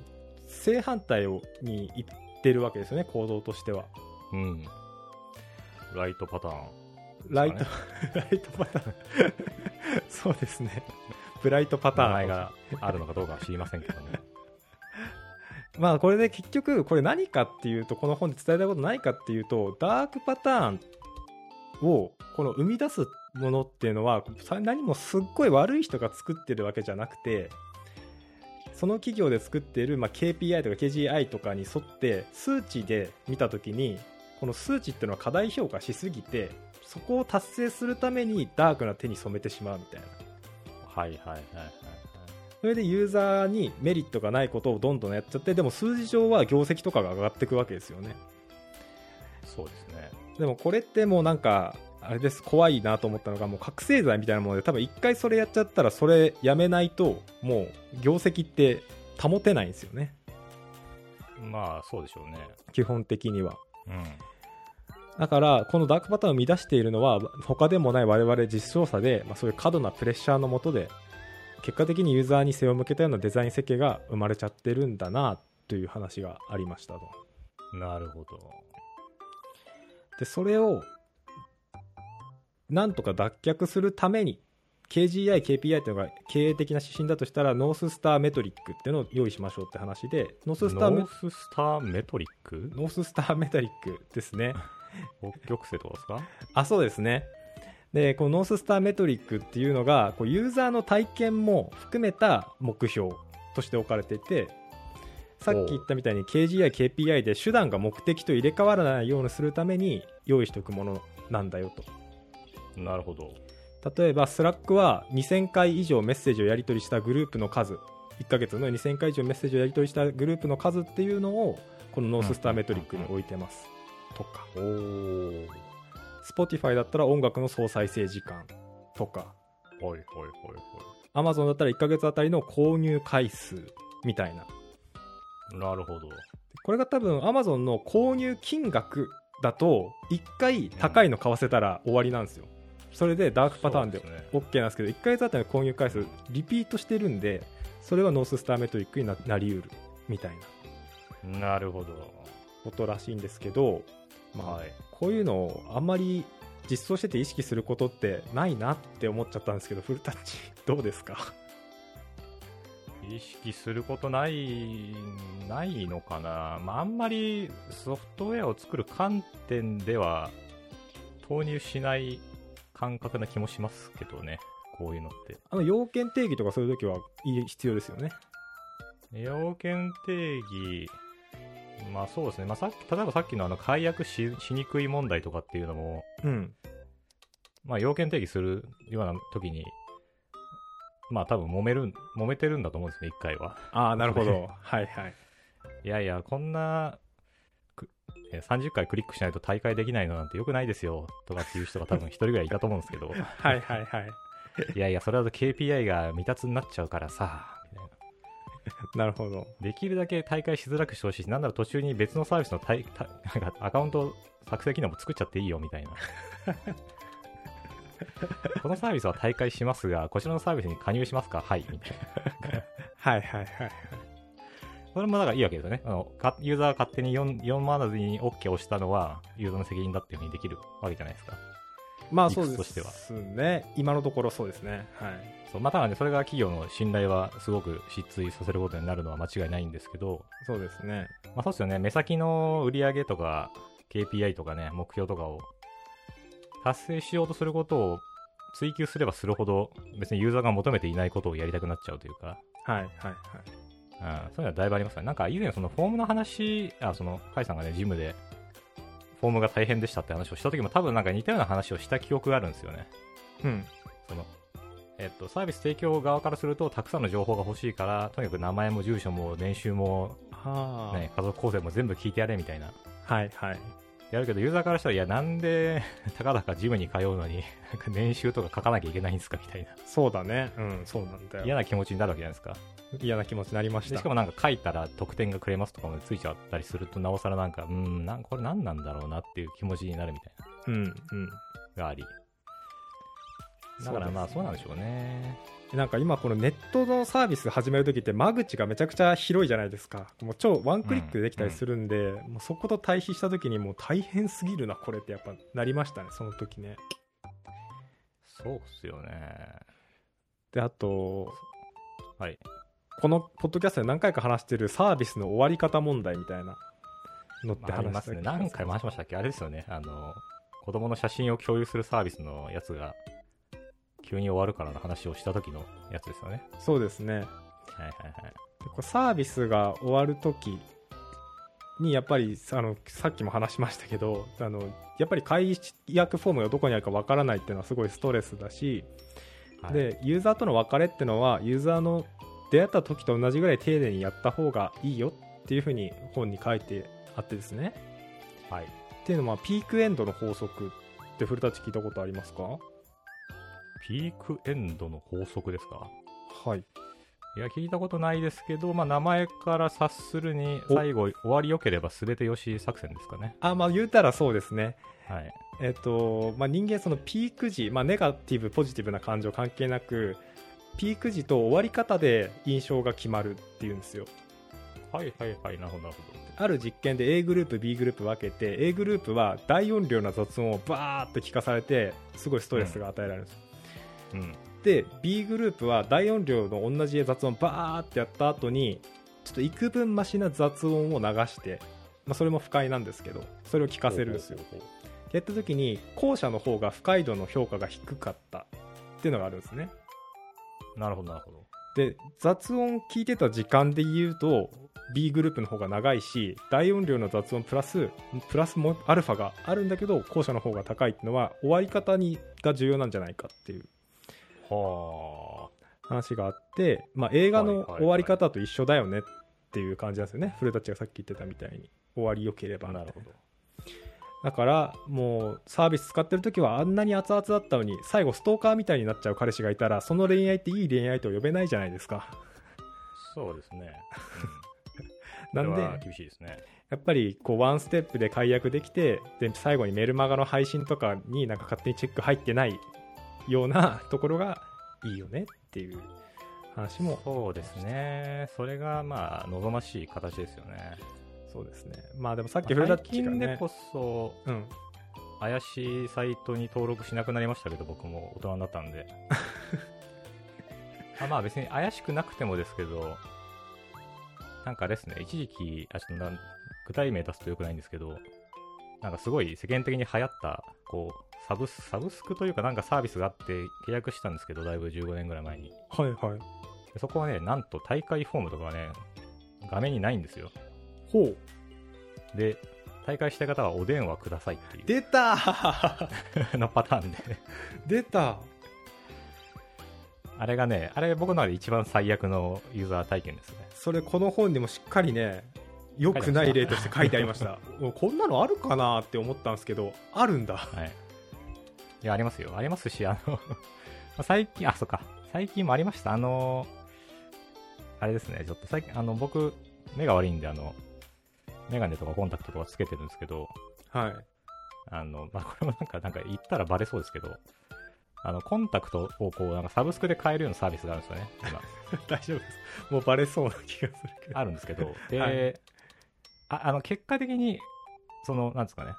Speaker 1: 正反対をに行ってるわけですよね行動としては
Speaker 2: うん。ライトパターン。
Speaker 1: ライト、 ライトパターンそうですねブライトパターン
Speaker 2: 名前があるのかどうかは知りませんけ どね。
Speaker 1: まあこれで結局これ何かっていうとこの本で伝えたいことないかっていうとダークパターンをこの生み出すものっていうのはさ何もすっごい悪い人が作ってるわけじゃなくてその企業で作っている、まあ、KPI とか KGI とかに沿って数値で見た時にこの数値っていうのは過大評価しすぎてそこを達成するためにダークな手に染めてしまうみたいな
Speaker 2: はいはいはいはい。
Speaker 1: それでユーザーにメリットがないことをどんどんやっちゃってでも数字上は業績とかが上がっていくわけですよね
Speaker 2: そうですね。
Speaker 1: でもこれってもうなんかあれです怖いなと思ったのがもう覚醒剤みたいなもので多分一回それやっちゃったらそれやめないともう業績って保てないんですよね
Speaker 2: まあ、そうでしょうね。
Speaker 1: 基本的には
Speaker 2: うん。
Speaker 1: だからこのダークパターンを生み出しているのは他でもない我々実証者で、まあ、そういう過度なプレッシャーのもとで結果的にユーザーに背を向けたようなデザイン設計が生まれちゃってるんだなという話がありましたと
Speaker 2: なるほど。
Speaker 1: でそれをなんとか脱却するために KGI、KPI というのが経営的な指針だとしたらノーススターメトリックっていうのを用意しましょうって話でノーススターメ
Speaker 2: ノーススターメトリック
Speaker 1: ノーススターメトリックですね。
Speaker 2: 北極星とかですか
Speaker 1: あそうですねでこのノーススターメトリックっていうのがこうユーザーの体験も含めた目標として置かれていてさっき言ったみたいに KGI、KPI で手段が目的と入れ替わらないようにするために用意しておくものなんだよと
Speaker 2: なるほど。
Speaker 1: 例えば Slack は2000回以上メッセージをやり取りしたグループの数1ヶ月の2000回以上メッセージをやり取りしたグループの数っていうのをこのノーススターメトリックに置いてますとか
Speaker 2: おー。
Speaker 1: Spotify だったら音楽の総再生時間とか
Speaker 2: ほいほいほいほ。
Speaker 1: Amazon だったら1ヶ月あたりの購入回数みたいない
Speaker 2: なるほど。
Speaker 1: これが多分 Amazon の購入金額だと1回高いの買わせたら終わりなんですよそれでダークパターンで
Speaker 2: そうすね
Speaker 1: OK なんですけど、1ヶ月あたりの購入回数、リピートしてるんで、それはノーススターメトリックにななりうるみたいな
Speaker 2: なるほど。
Speaker 1: ことらしいんですけど、まあ、
Speaker 2: はい。
Speaker 1: こういうのをあんまり実装してて意識することってないなって思っちゃったんですけど、フルタッチ、 どうですか
Speaker 2: 意識することない、ないのかな。まあ、あんまりソフトウェアを作る観点では投入しない感覚な気もしますけどね。こういうのって。
Speaker 1: あの要件定義とかそういう時はいい必要ですよね。
Speaker 2: 要件定義、まあそうですね。まあさっき、例えばさっきのあの解約ししにくい問題とかっていうのも、
Speaker 1: うん。
Speaker 2: まあ要件定義するような時に、まあ多分揉める、揉めてるんだと思うんですね、一回は。
Speaker 1: ああ、なるほ ど。はいはい。
Speaker 2: いやいや、こんな、くえー30回クリックしないと大会できないのなんて良くないですよ、とかっていう人が多分一人ぐらいいたと思うんですけど、
Speaker 1: はいはいはい。
Speaker 2: いやいや、それだと KPI が未達になっちゃうからさ、みたいな
Speaker 1: なるほど。
Speaker 2: できるだけ大会しづらくしてほしいし、なんなら途中に別のサービスのたいたなんかアカウント作成機能も作っちゃっていいよ、みたいな。このサービスは大会しますが、こちらのサービスに加入しますかはい、みたいな。
Speaker 1: はいはいはい。
Speaker 2: それもだからいいわけですよね。あのかユーザーが勝手に 4, 4マナーズに OK を押したのは、ユーザーの責任だっていうふうにできるわけじゃないですか。
Speaker 1: まあそう
Speaker 2: 理
Speaker 1: で
Speaker 2: 屈と
Speaker 1: すね。今のところそうですね。はい。
Speaker 2: そうまあ、ただね、それが企業の信頼はすごく失墜させることになるのは間違いないんですけど、
Speaker 1: そうですね。
Speaker 2: まあ、そうですよね、目先の売り上げとか、KPI とかね、目標とかを達成しようとすることを追求すればするほど、別にユーザーが求めていないことをやりたくなっちゃうというか、
Speaker 1: はいはいはい。
Speaker 2: うん、そういうのはだいぶありますから、なんか以前、そのフォームの話、あ、その、甲斐さんがね、ジムで、フォームが大変でしたって話をした時も、多分なんか似たような話をした記憶があるんですよね。
Speaker 1: うん。
Speaker 2: その、えっと、サービス提供側からすると、たくさんの情報が欲しいから、とにかく名前も住所も年収も、
Speaker 1: はあ、
Speaker 2: ね、家族構成も全部聞いてやれみたいな。
Speaker 1: はいはい。
Speaker 2: やるけど、ユーザーからしたら、いや、なんで、 たかだかジムに通うのに、なんか年収とか書かなきゃいけないんですかみたいな。
Speaker 1: そうだね。うん、そうなんだ
Speaker 2: 嫌
Speaker 1: よ。
Speaker 2: な気持ちになるわけじゃないですか。
Speaker 1: 嫌な気持ちになりまし
Speaker 2: で
Speaker 1: た。
Speaker 2: しかもなんか書いたら得点がくれますとかもついちゃったりすると、なおさらなんか、うーん、なんこれ何なんだろうなっていう気持ちになるみたい
Speaker 1: うんうん。
Speaker 2: な、があり。だからまあそうなん
Speaker 1: で
Speaker 2: でしょうね。
Speaker 1: すなんか今このネットのサービス始めるときって間口がめちゃくちゃ広いじゃないですかもう超ワンクリックでできたりするんで、もうそこと対比したときにもう大変すぎるなこれってやっぱなりましたねその時ね
Speaker 2: そうっすよね。
Speaker 1: であと
Speaker 2: はい。
Speaker 1: このポッドキャストで何回か話してるサービスの終わり方問題みたいなのって
Speaker 2: まあ、あり
Speaker 1: 話
Speaker 2: ま
Speaker 1: し
Speaker 2: す
Speaker 1: た
Speaker 2: ね。
Speaker 1: 気が
Speaker 2: 何回も話しま
Speaker 1: し
Speaker 2: したっけあれですよね。あの、子供の写真を共有するサービスのやつが、急に終わるからの話をした時のやつですよね。
Speaker 1: たそうですね
Speaker 2: はいはいはい。
Speaker 1: でこうサービスが終わるときにやっぱりあのさっきも話しましたけどあのやっぱり解約フォームがどこにあるかわからないっていうのはすごいストレスだし、
Speaker 2: はい、
Speaker 1: でユーザーとの別れってのはユーザーの出会った時と同じぐらい丁寧にやった方がいいよっていうふうに本に書いてあってですね
Speaker 2: はい。
Speaker 1: っていうのはピークエンドの法則って古舘聞いたことありますか
Speaker 2: ピークエンドの法則ですか
Speaker 1: はい
Speaker 2: いや、聞いたことないですけど、まあ、名前から察するに、
Speaker 1: お
Speaker 2: 最後、終わり良ければ全て良し作戦ですかね。
Speaker 1: あまあ言うたらそうですね
Speaker 2: はい。
Speaker 1: えっとまあ、人間そのピーク時、まあ、ネガティブポジティブな感情関係なくピーク時と終わり方で印象が決まるっていうんですよ
Speaker 2: はいはいはい、なるほど、なるほ
Speaker 1: ある実験で A グループ B グループ分けて A グループは大音量な雑音をバーッと聞かされてすごいストレスが与えられるんです、
Speaker 2: ど。うん。
Speaker 1: で B グループは大音量の同じ雑音バーってやった後にちょっと幾分マシな雑音を流して、まあ、それも不快なんですけどそれを聞かせるんですよ
Speaker 2: ほうほうほう
Speaker 1: やった時に後者の方が不快度の評価が低かったっていうのがあるんですね
Speaker 2: ほうなるほど、なるほど。
Speaker 1: で雑音聞いてた時間で言うと B グループの方が長いし大音量の雑音プラスプラスもアルファがあるんだけど後者の方が高いっていうのは終わり方にが重要なんじゃないかっていう
Speaker 2: は
Speaker 1: 話があって、まあ、映画
Speaker 2: はい
Speaker 1: の
Speaker 2: はいはい
Speaker 1: 終わり方と一緒だよねっていう感じなんですよね古舘がさっき言ってたみたいに終わりよければ
Speaker 2: あ、
Speaker 1: みた
Speaker 2: ないるほど。
Speaker 1: だからもうサービス使ってる時はあんなに熱々だったのに最後ストーカーみたいになっちゃう彼氏がいたらその恋愛っていい恋愛と呼べないじゃないですか
Speaker 2: そうですね。 う
Speaker 1: なんん
Speaker 2: こ
Speaker 1: で
Speaker 2: れ
Speaker 1: や
Speaker 2: は厳しいですね。
Speaker 1: っぱりこうワンステップで解約できてで最後にメルマガの配信とかになんか勝手にチェック入ってないようなところがいいよねっていう話も
Speaker 2: そうですね。それが、まあ、望ましい形ですよね。
Speaker 1: そうですねまあでもさっき
Speaker 2: ま
Speaker 1: 古
Speaker 2: あ最
Speaker 1: 舘が
Speaker 2: 近で
Speaker 1: ね
Speaker 2: こそ、
Speaker 1: うん
Speaker 2: 怪しいサイトに登録しなくなりましたけど、僕も大人になったんで。あまあ別に怪しくなくてもですけど、なんかあれですね、一時期、あちょっとなん具体名出すと良くないんですけど、なんかすごい世間的に流行った、こう、サブスサブスクというかなんかサービスがあって契約したんですけど、だいぶ15年ぐらい前に。
Speaker 1: はいはい
Speaker 2: でそこはね、なんと大会フォームとかはね、画面にないんですよ。
Speaker 1: ほう
Speaker 2: で、大会したい方はお電話くださいっていう
Speaker 1: 出た
Speaker 2: のパターンで
Speaker 1: 出た
Speaker 2: あれがね、あれ僕の中で一番最悪のユーザー体験ですね。
Speaker 1: それこの本にもしっかりね良くない例として書いてありましたもうこんなのあるかなって思ったんですけどあるんだ
Speaker 2: はい。いや、ありますよ。ありますし、あの、 最近、あ、そっか。最近もありました。あの、あれですね、ちょっと最近、あの、僕、目が悪いんで、あの、メガネとかコンタクトとかつけてるんですけど、
Speaker 1: はい
Speaker 2: あの、まあ、これもなんか、なんか言ったらバレそうですけど、あの、コンタクトをこう、なんかサブスクで買えるようなサービスがあるんですよね、今。
Speaker 1: 大丈夫ですもうバレそうな気がするけど
Speaker 2: あるんですけど、で、
Speaker 1: はい
Speaker 2: ああの結果的に、その、なんですかね、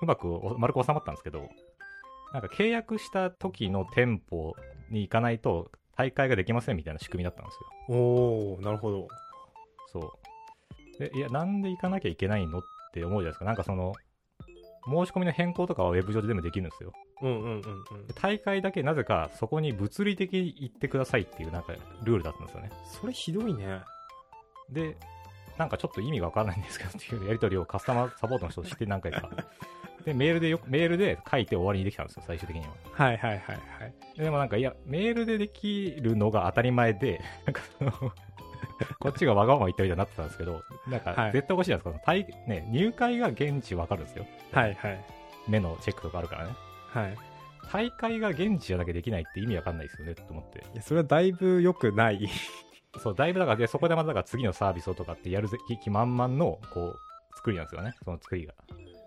Speaker 2: うまくお丸く収まったんですけど、なんか契約した時の店舗に行かないと、大会ができませんみたいな仕組みだったんですよ。
Speaker 1: おおなるほど
Speaker 2: そう。で、いや、なんで行かなきゃいけないのって思うじゃないですか。なんかその、申し込みの変更とかはウェブ上で全部できるんですよ。
Speaker 1: うんうんうんうん
Speaker 2: で大会だけなぜかそこに物理的に行ってくださいっていうなんかルールだったんですよね。
Speaker 1: それひどいね
Speaker 2: で、なんかちょっと意味がわからないんですけどっていうやり取りをカスタマーサポートの人として何回か。で、メールでよく、メールで書いて終わりにできたんですよ、最終的には。
Speaker 1: はいはいはいはい
Speaker 2: でもなんか、いや、メールでできるのが当たり前で、なんかその、こっちがわがまま言ったみたいになってたんですけど、な
Speaker 1: は
Speaker 2: んか
Speaker 1: い
Speaker 2: 絶対おかしいじゃないですか。大ね、入会が現地わかるんですよ。
Speaker 1: はいはい
Speaker 2: 目のチェックとかあるからね。
Speaker 1: はい
Speaker 2: 大会が現地じゃなきゃできないって意味わかんないですよね、と思って。
Speaker 1: いやそれはだいぶ良くない
Speaker 2: そう、だいぶだから、で、そこでまただから次のサービスをとかってやるぜ気満々の、こう、作りなんですよね、その作りが。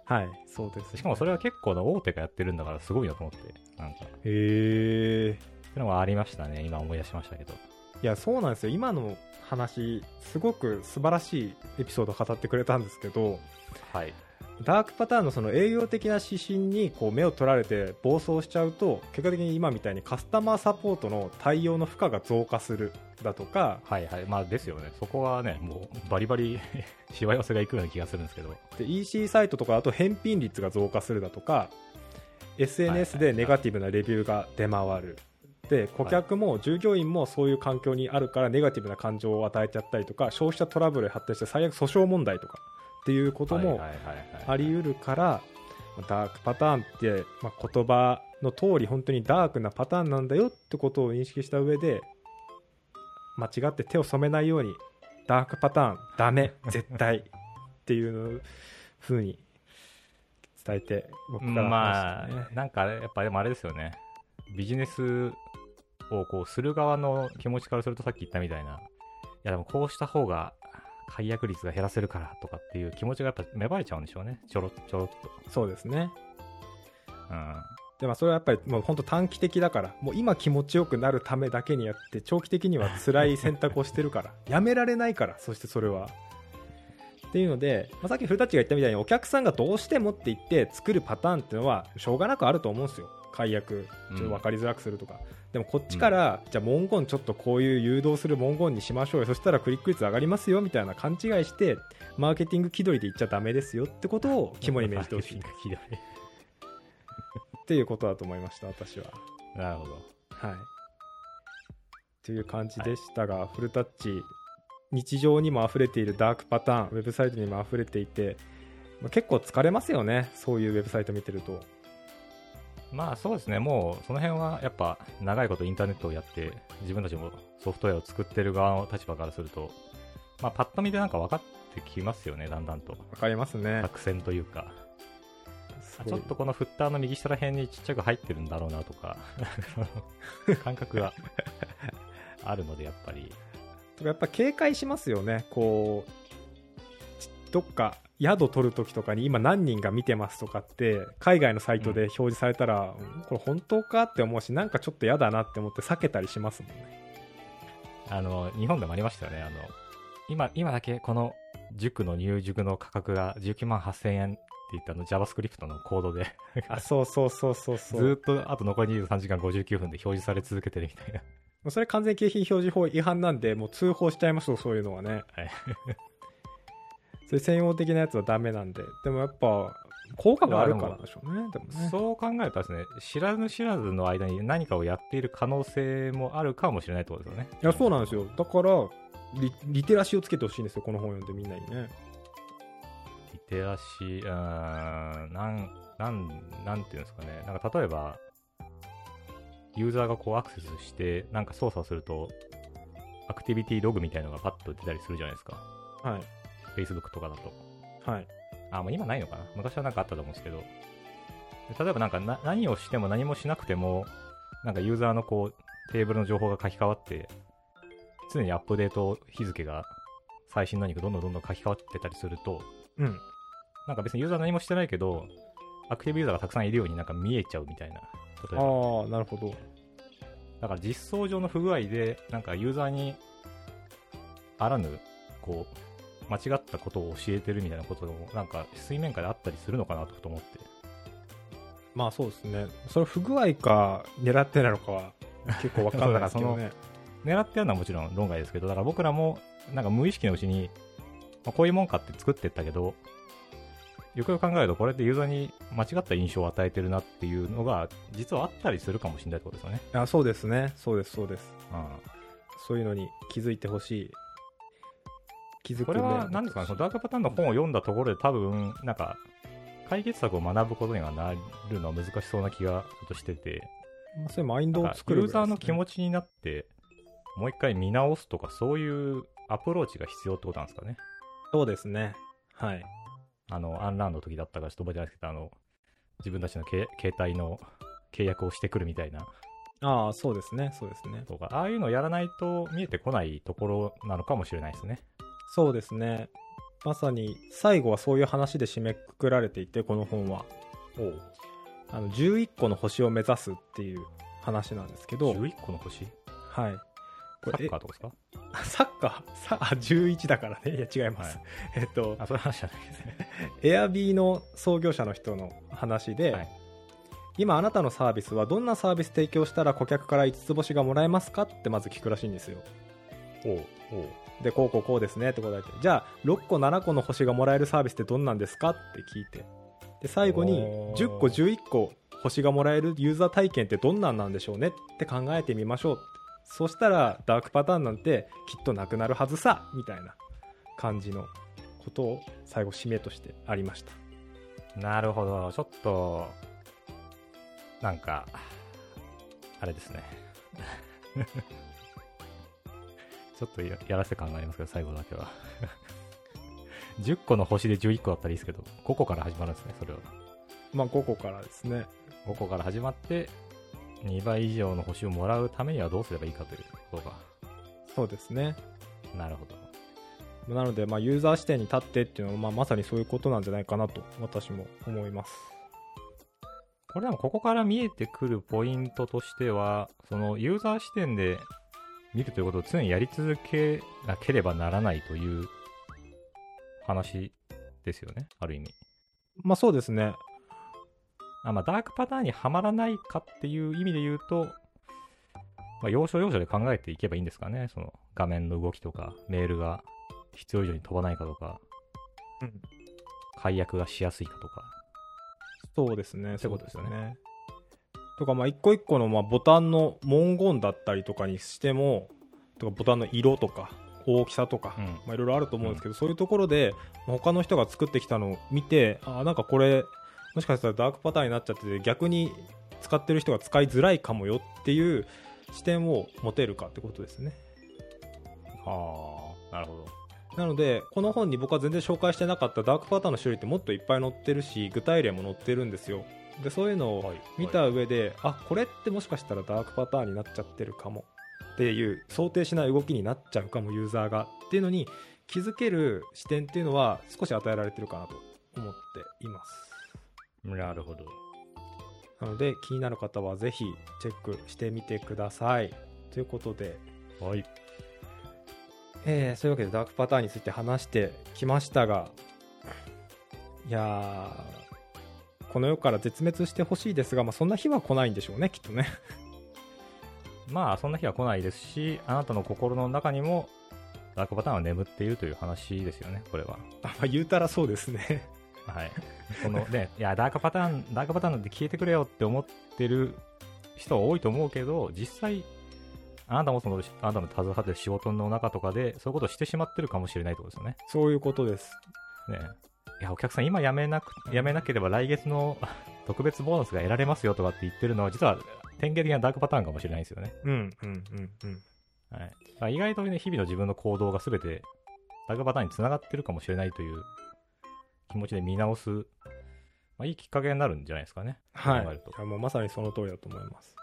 Speaker 1: はい、そうです、
Speaker 2: しかもそれは結構な大手がやってるんだからすごいなと思って、なんか、って
Speaker 1: へえ
Speaker 2: いうのはありましたね。今思い出しましたけど。
Speaker 1: いやそうなんですよ今の話すごく素晴らしいエピソードを語ってくれたんですけど
Speaker 2: はい。
Speaker 1: ダークパターンのその営業的な指針にこう目を取られて暴走しちゃうと結果的に今みたいにカスタマーサポートの対応の負荷が増加するだとか
Speaker 2: はいはい。まあですよね。そこはね、もうバリバリ しわ寄せがいくような気がするんですけど。
Speaker 1: で EC サイトとかだと返品率が増加するだとか SNS
Speaker 2: はい
Speaker 1: で
Speaker 2: はい
Speaker 1: ネガティブなレビューが出回る、で顧客も従業員もそういう環境にあるからネガティブな感情を与えちゃったりとか消費者トラブルに発展して最悪訴訟問題とかっていうことも
Speaker 2: はいはいはいはい
Speaker 1: あり得るからまあダークパターンって、まあ、言葉の通り本当にダークなパターンなんだよってことを認識した上で間違って手を染めないようにダークパターンダメ絶対っていうふうに伝えて僕から
Speaker 2: ま
Speaker 1: 話
Speaker 2: あ
Speaker 1: してね、、
Speaker 2: なんかやっぱでもあれですよね。ビジネスをこうする側の気持ちからするとさっき言ったみたいな、いやでもこうした方が解約率が減らせるからとかっていう気持ちがやっぱ芽生えちゃうんでしょうね。ちょろっちょろっと。
Speaker 1: そうですね
Speaker 2: うん。
Speaker 1: でもそれはやっぱりもう本当短期的だからもう今気持ちよくなるためだけにやって長期的には辛い選択をしてるからやめられないからそしてそれは。っていうので、まあ、さっき古舘が言ったみたいにお客さんがどうしてもって言って作るパターンっていうのはしょうがなくあると思うんですよ解約ちょっと分かりづらくするとか、でもこっちから、じゃあ文言ちょっとこういう誘導する文言にしましょうよそしたらクリック率上がりますよみたいな勘違いしてマーケティング気取りで言っちゃダメですよってことを肝に銘じてほしいっていうことだと思いました私は。
Speaker 2: なるほど。
Speaker 1: はい。という感じでしたが、フルタッチ、日常にも溢れているダークパターン、ウェブサイトにも溢れていて、まあ、結構疲れますよね、そういうウェブサイト見てると。
Speaker 2: まあそうですね、もうその辺はやっぱ長いことインターネットをやって、自分たちもソフトウェアを作ってる側の立場からすると、まあパッと見でなんか分かってきますよね、だんだんと。
Speaker 1: わかりますね。
Speaker 2: 作戦というか。
Speaker 1: す
Speaker 2: あ
Speaker 1: ごい
Speaker 2: ちょっとこのフッターの右下ら辺にちっちゃく入ってるんだろうなとか、 感覚があるので、やっぱり。
Speaker 1: とかやっぱ警戒しますよね、こう、ちどっか宿取るときとかに今何人が見てますとかって、海外のサイトで表示されたら、うんこれ本当かって思うし、なんかちょっと嫌だなって思って避けたりしますもん ね。
Speaker 2: あの、日本でもありましたよね。あの、今、今だけこの塾の入塾の価格が19万8000円って言ったあの JavaScript のコードで、
Speaker 1: あ、そうそうそうそう
Speaker 2: ず
Speaker 1: そう。
Speaker 2: ーっとあと残り23時間59分で表示され続けてるみたいな。
Speaker 1: もうそれ完全に景品表示法違反なんで、もう通報しちゃいましょう、そういうのはね。
Speaker 2: はい
Speaker 1: そういう専用的なやつはダメなんで。でもやっぱ、効果があるからでしょうね。でもね。
Speaker 2: そう考えたらですね、知らず知らずの間に何かをやっている可能性もあるかもしれないってことですよね。
Speaker 1: いや、そうなんですよ。だから、リリテラシーをつけてほしいんですよ、この本読んでみんなにね。
Speaker 2: リテラシー、うーん、なん、なん、なんていうんですかね。なんか例えば、ユーザーがこうアクセスして、なんか操作すると、アクティビティログみたいのがパッと出たりするじゃないですか。
Speaker 1: はい。
Speaker 2: Facebook とかだと。
Speaker 1: はい。
Speaker 2: あ、もう今ないのかな昔はなんかあったと思うんですけど。で例えばなんかな何をしても何もしなくても、なんかユーザーのこう、テーブルの情報が書き換わって、常にアップデート日付が最新のにどんどんどんどん書き換わってたりすると、
Speaker 1: うん。
Speaker 2: なんか別にユーザー何もしてないけど、アクティブユーザーがたくさんいるようになんか見えちゃうみたいな。例えば。
Speaker 1: ああ、なるほど。
Speaker 2: だから実装上の不具合で、なんかユーザーに、あらぬ、こう、間違ったことを教えてるみたいなことも、なんか水面下であったりするのかなとふと思って。
Speaker 1: まあそうですね。それ不具合か、狙ってないのかは、結構わかんないですけど
Speaker 2: そう
Speaker 1: ね。
Speaker 2: 狙ってやるのはもちろん論外ですけど、だから僕らも、なんか無意識のうちに、まあこういうもんかって作ってったけど、よくよく考えると、これってユーザーに間違った印象を与えてるなっていうのが、実はあったりするかもしれないってことですよね。
Speaker 1: あそうですね。そうです、そうです。
Speaker 2: うん。
Speaker 1: そういうのに気づいてほしい。気づく、ね、
Speaker 2: これは何ですかね、そのダークパターンの本を読んだところで多分、なんか、解決策を学ぶことにはなるのは難しそうな気がちょっとしてて、
Speaker 1: まあそういうマイン
Speaker 2: な
Speaker 1: ド
Speaker 2: ん
Speaker 1: を
Speaker 2: か
Speaker 1: 作
Speaker 2: ユ
Speaker 1: る
Speaker 2: ーザーの気
Speaker 1: ち。
Speaker 2: 持ちになって、もう一回見直すとか、そういうアプローチが必要ってことなんですかね。
Speaker 1: そうですね。はい。
Speaker 2: あの、アンランの時だったからちょっと覚えてないですけど、あの、自分たちのけ携帯の契約をしてくるみたいな
Speaker 1: ああ、そうですね。そうですね。
Speaker 2: とか、ああいうのをやらないと見えてこないところなのかもしれないですね。
Speaker 1: そうですね。まさに最後はそういう話で締めくくられていてこの本は
Speaker 2: おう
Speaker 1: あの11個の星を目指すっていう話なんですけど、
Speaker 2: 11個の星
Speaker 1: はい、
Speaker 2: サ
Speaker 1: これ
Speaker 2: ッカーとかですか
Speaker 1: え サッカーさあ11だからねいや違います、
Speaker 2: は
Speaker 1: えっと
Speaker 2: あ、そういう話じゃないですね。
Speaker 1: エアビーの創業者の人の話で、
Speaker 2: はい
Speaker 1: 今あなたのサービスはどんなサービス提供したら顧客から5つ星がもらえますかってまず聞くらしいんですよ
Speaker 2: おうおう
Speaker 1: でこうこうこうですねって答えてじゃあ6個7個の星がもらえるサービスってどんなんですかって聞いてで最後に
Speaker 2: おー
Speaker 1: 10個11個星がもらえるユーザー体験ってどんなんなんでしょうねって考えてみましょうそしたらダークパターンなんてきっとなくなるはずさみたいな感じのことを最後締めとしてありました
Speaker 2: なるほど。ちょっと、なんか、あれですね。 ちょっとややらせ感がありますけど、最後だけは。10個の星で11個だったらいいですけど、5個から始まるんですね、それは。
Speaker 1: まあ5個からですね
Speaker 2: 5個から始まって、2倍以上の星をもらうためにはどうすればいいかということが。
Speaker 1: そうですね
Speaker 2: なるほど。
Speaker 1: なのでまあユーザー視点に立ってっていうのはまあまさにそういうことなんじゃないかなと私も思います
Speaker 2: これでもここから見えてくるポイントとしては、そのユーザー視点で見るということを常にやり続けなければならないという話ですよね、ある意味。
Speaker 1: まあそうですね
Speaker 2: あまあ、ダークパターンにはまらないかっていう意味で言うと、まあ、要所要所で考えていけばいいんですかね、その画面の動きとか、メールが必要以上に飛ばないかとか、
Speaker 1: うん
Speaker 2: 解約がしやすいかとか。
Speaker 1: そうですね、
Speaker 2: そういうことですよね
Speaker 1: そうね。とか、まあ、一個一個のまあボタンの文言だったりとかにしても、とかボタンの色とか、大きさとか、
Speaker 2: うん
Speaker 1: まあ、いろいろあると思うんですけど、そういうところで、まあ他の人が作ってきたのを見て、あーなんかこれ、もしかしたらダークパターンになっちゃってて、逆に使ってる人が使いづらいかもよっていう視点を持てるかってことですね。
Speaker 2: ああ、なるほど。
Speaker 1: なので、この本に僕は全然紹介してなかったダークパターンの種類ってもっといっぱい載ってるし、具体例も載ってるんですよ。で、そういうのを
Speaker 2: はい
Speaker 1: 見た上で、あこれってもしかしたらダークパターンになっちゃってるかもっていう想定しない動きになっちゃうかもユーザーがっていうのに気づける視点っていうのは少し与えられてるかなと思っています
Speaker 2: なるほど。
Speaker 1: なので気になる方はぜひチェックしてみてくださいということで、
Speaker 2: はい。
Speaker 1: えーそういうわけでダークパターンについて話してきましたがいやーこの世から絶滅してほしいですが、まあ、そんな日は来ないんでしょうねきっとね
Speaker 2: まあそんな日は来ないですし、あなたの心の中にもダークパターンは眠っているという話ですよね、これは。
Speaker 1: あまあ言うたらそうですね
Speaker 2: はい。このね、いや、ダークパターン、ダークパターンなんて消えてくれよって思ってる人は多いと思うけど、実際、あなたもその、あなたの携わってる仕事の中とかで、そういうことをしてしまってるかもしれないってことですよね。
Speaker 1: そういうことです。
Speaker 2: ねいや、お客さん今やめなく、やめなければ来月の特別ボーナスが得られますよとかって言ってるのは、実は典型的なダークパターンかもしれないですよね。
Speaker 1: うんうんうんうん。
Speaker 2: はい、だから意外とね、日々の自分の行動が全て、ダークパターンに繋がってるかもしれないという気持ちで見直す、まあ、いいきっかけになるんじゃないですか ね。
Speaker 1: はい。い
Speaker 2: 考えると
Speaker 1: やもうまさにその通りだと思います。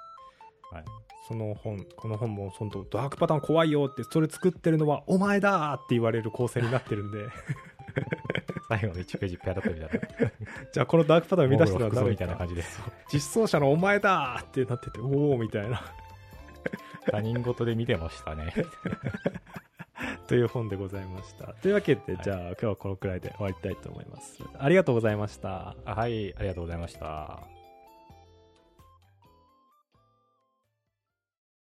Speaker 2: はい。
Speaker 1: その本、この本も、そのダークパターン怖いよって、それ作ってるのはお前だーって言われる構成になってるん で、
Speaker 2: 最後の1ページペアだったみた いな。
Speaker 1: じゃあこのダークパターンを生み出したのは
Speaker 2: モグロ
Speaker 1: 誰
Speaker 2: みたいな
Speaker 1: か
Speaker 2: 感、じで。
Speaker 1: 実装者のお前だーってなってて、おおみたいな、
Speaker 2: 他人事で見てましたね。
Speaker 1: という本でございました。というわけで、
Speaker 2: はい
Speaker 1: じゃあ今日はこのくらいで終わりたいと思います。ありがとうございました。
Speaker 2: あはい、ありがとうございました。